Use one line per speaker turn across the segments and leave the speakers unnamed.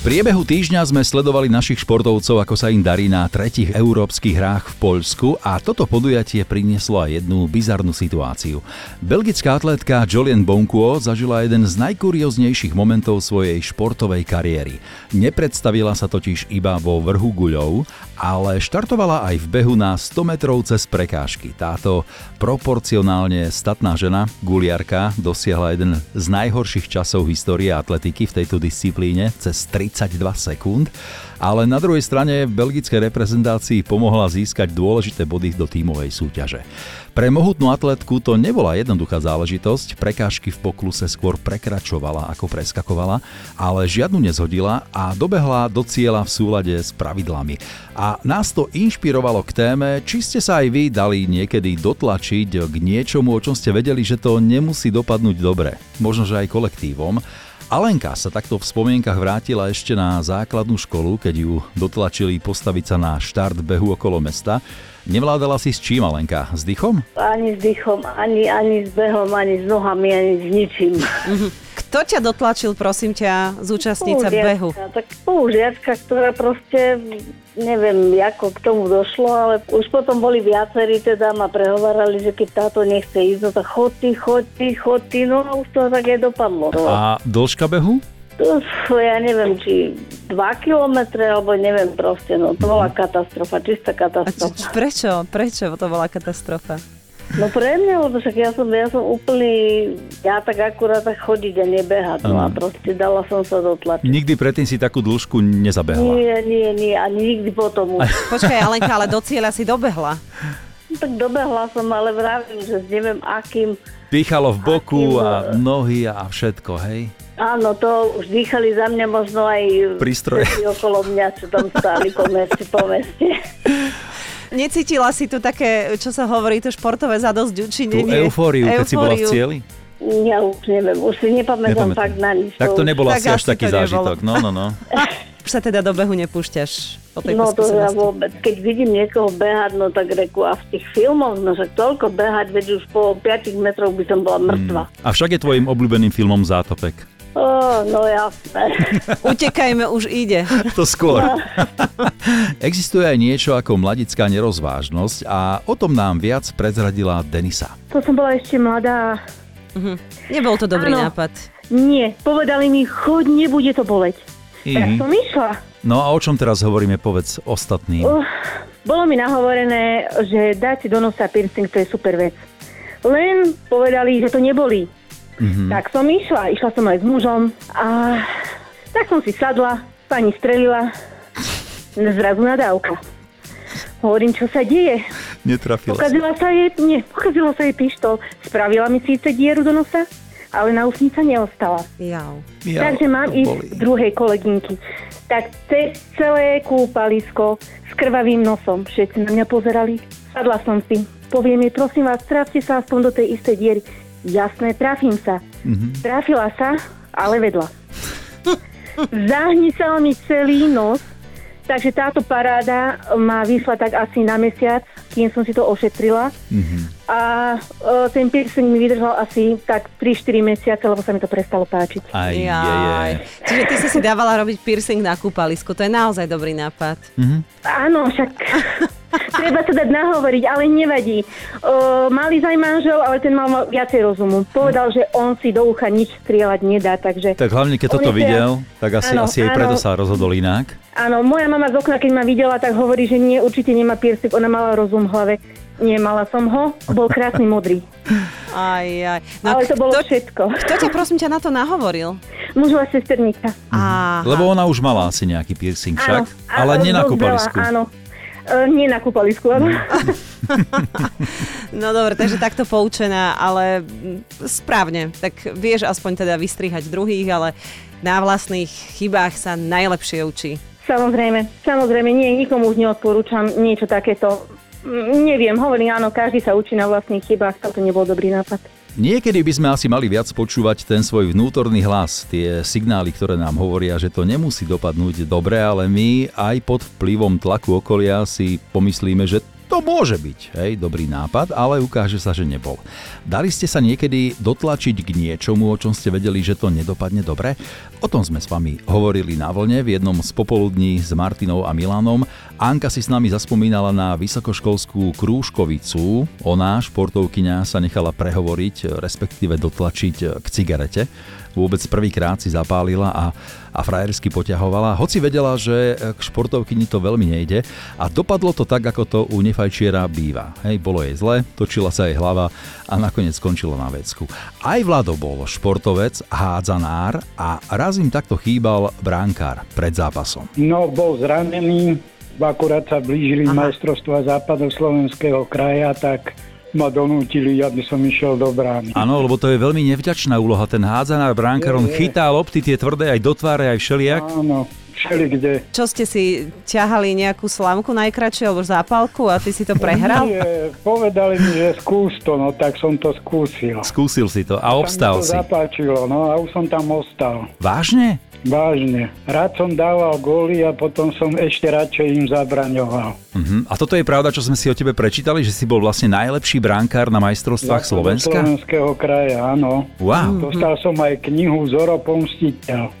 V priebehu týždňa sme sledovali našich športovcov, ako sa im darí na tretich európskych hrách v Poľsku a toto podujatie prinieslo aj jednu bizarnú situáciu. Belgická atletka Jolien Bonkuo zažila jeden z najkurióznejších momentov svojej športovej kariéry. Nepredstavila sa totiž iba vo vrhu guľov, ale štartovala aj v behu na 100 metrov cez prekážky. Táto proporcionálne statná žena, guliarka, dosiahla jeden z najhorších časov histórie atletiky v tejto disciplíne cez 30 32 sekúnd, ale na druhej strane belgickej reprezentácii pomohla získať dôležité body do tímovej súťaže. Pre mohutnú atletku to nebola jednoduchá záležitosť, prekážky v pokluse skôr prekračovala ako preskakovala, ale žiadnu nezhodila a dobehla do cieľa v súlade s pravidlami. A nás to inšpirovalo k téme, či ste sa aj vy dali niekedy dotlačiť k niečomu, o čom ste vedeli, že to nemusí dopadnúť dobre, možno že aj kolektívom, Alenka sa takto v spomienkach vrátila ešte na základnú školu, keď ju dotlačili postaviť sa na štart behu okolo mesta. Nevládala si s čím, Alenka? S dychom?
Ani s dýchom, ani, ani s behom, ani s nohami, ani s ničím.
Kto ťa dotlačil, prosím ťa, zúčastnica behu?
Spolužiačka, Tak spolužiačka, ktorá proste, neviem, ako k tomu došlo, ale už potom boli viacerí, teda ma prehovárali, že keď táto nechce ísť, no tak chod ty, chod ty, chod ty, no a už to tak aj dopadlo.
A dĺžka behu?
To, sú, ja neviem, či 2 kilometre, alebo neviem proste, no to bola katastrofa, čistá
A č- č-
katastrofa.
prečo? Prečo to bola katastrofa?
No pre mňa, lebo však ja som, ja som úplný, ja tak akurát tak chodiť a nebehať, no a
Áno.
proste dala som sa dotlačiť.
Nikdy predtým si takú dĺžku nezabehla.
Nie, nie, nie, ani nikdy potom už. No
Počkaj, Alenka, ale do cieľa si dobehla.
Tak dobehla som, ale vravím, že s neviem akým.
Dýchalo v boku a nohy a všetko, hej?
Áno, to už dýchali za mňa možno aj
Prístroje.
všetci okolo mňa, čo tam stáli po meste, po meste.
Necítila si tu také, čo sa hovorí, to športové zadosť
Tú eufóriu, keď si bola v cieli?
Ja už neviem, už si nepamätám
Nepamätám.
fakt na nič.
Tak to nebol
Tak
asi až
asi
taký
to nebolo.
zážitok. No, no, no.
Už sa teda do behu nepúšťaš po tejto
No to ja
skúsenosti.
vôbec, keď vidím niekoho behať, no tak reku, a v tých filmoch, no však toľko behať, veď už po 5 metroch by som bola mŕtva.
A však je tvojim obľúbeným filmom Zátopek.
Ó, no jasné.
Utekajme, už ide.
To skôr. Existuje aj niečo ako mladická nerozvážnosť a o tom nám viac prezradila Denisa.
To som bola ešte mladá.
Nebol to dobrý
Áno.
nápad.
Nie, povedali mi, chod, nebude to boleť. Tak
Mhm.
som išla.
No a o čom teraz hovoríme, povedz ostatným.
Uf, bolo mi nahovorené, že dať si do nosa piercing, to je super vec. Len povedali, že to nebolí. Tak som išla, išla som aj s mužom a tak som si sadla, pani strelila, zrazu nadávka. Hovorím, čo sa deje.
Netrafila si.
Pokazila sa jej, nie, pokazila sa jej pištol. Spravila mi síce dieru do nosa, ale náušnica neostala.
Jau.
Ja,
Takže
to
mám ísť
boli.
k druhej kolegynky. Tak cez celé kúpalisko s krvavým nosom. Všetci na mňa pozerali. Sadla som si. Poviem jej, prosím vás, trafte sa aspoň do tej istej diery. Jasné, trafím sa.
Mhm.
Trafila sa, ale vedla. Zahnisal mi celý nos, takže táto paráda ma vyšla tak asi na mesiac, kým som si to ošetrila.
Mhm.
A e, ten piercing mi vydržal asi tak 3-4 mesiace, lebo sa mi to prestalo páčiť.
Aj, je, je.
Jaj. Čiže ty si si dávala robiť piercing na kúpalisku. To je naozaj dobrý nápad.
Hm.
Áno, však treba sa dať nahovoriť, ale nevadí. E, mali aj manžel, ale ten mal ma- viacej rozumu. Povedal, že on si do ucha nič strieľať nedá, takže...
Tak hlavne, keď
On
toto
je
videl, tak asi,
Áno,
asi aj
áno.
preto sa rozhodol inak.
Áno, moja mama z okna, keď ma videla, tak hovorí, že nie, určite nemá piercing, ona mala rozum v hlave. Nemala som ho, bol krásny modrý.
Aj, aj. No,
ale to bolo
kto,
všetko.
kto ťa prosím ťa na to nahovoril?
Mužová sesternica.
Hm.
Aha.
Lebo ona už mala asi nejaký piercing však, ale nie na
dosť veľa,
kúpalisku.
Áno, e, nie na kúpalisku, áno.
Mm.
No dobre, takže takto poučená, ale mm, správne. Tak vieš aspoň teda vystrihať druhých, ale na vlastných chybách sa najlepšie učí.
Samozrejme, samozrejme, nie, nikomu už neodporúčam niečo takéto. Mm, Neviem, hovorím, áno, každý sa učí na vlastných chybách, toto nebol dobrý nápad.
Niekedy by sme asi mali viac počúvať ten svoj vnútorný hlas, tie signály, ktoré nám hovoria, že to nemusí dopadnúť dobre, ale my aj pod vplyvom tlaku okolia si pomyslíme, že to To môže byť, hej, dobrý nápad, ale ukáže sa, že nebol. Dali ste sa niekedy dotlačiť k niečomu, o čom ste vedeli, že to nedopadne dobre? O tom sme s vami hovorili na vlne v jednom z popoludní s Martinou a Milanom. Anka si s nami zaspomínala na vysokoškolskú krúžkovicu. Ona, športovkyňa, sa nechala prehovoriť, respektíve dotlačiť k cigarete. Vôbec prvýkrát si zapálila a, a frajersky poťahovala, hoci vedela, že k športovkyni to veľmi nejde a dopadlo to tak, ako to u nefajčiera býva. Hej, bolo jej zle, točila sa jej hlava a nakoniec skončila na vecku. Aj Vlado bol športovec, hádzanár a raz im takto chýbal bránkár pred zápasom.
No, bol zranený, akurát sa blížili
Aha.
majstrovstva západoslovenského kraja, tak ma donútili, aby som išiel do brány.
Áno, lebo to je veľmi nevďačná úloha. Ten hádzanár, bránkár, on
Je, je.
chytá lopty tie tvrdé aj do tváre, aj všelijak.
Áno, všeli kde.
Čo ste si ťahali nejakú slamku najkračšiu alebo zápalku a ty si to prehral?
Nie, povedali mi, že skús to, no tak som to skúsil.
Skúsil si to a obstal
sa mi to
si.
zapáčilo, no a už som tam ostal.
Vážne?
Vážne. Rád som dával góly a potom som ešte radšej im zabraňoval.
Mhm. A toto je pravda, čo sme si o tebe prečítali, že si bol vlastne najlepší bránkár na majstrovstvách Slovenska?
Slovenského kraja, áno.
Wow.
Dostal som aj knihu Zoro Pomstiteľ.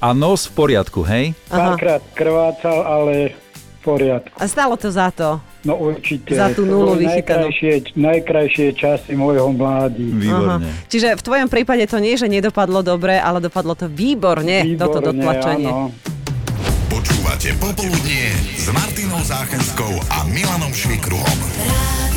A nos v poriadku, hej?
Párkrát krvácal, ale v poriadku.
A stálo to za to.
No určite.
Za tú
To
nulu
boli
vychytanú.
Najkrajšie, najkrajšie časy môjho mládí.
Výborne.
Aha. Čiže v tvojom prípade to nie, že nedopadlo dobre, ale dopadlo to výborne, toto dotlačenie.
áno.
Počúvate Popoludnie s Martinou Záchenskou a Milanom Švikruhom.
rádio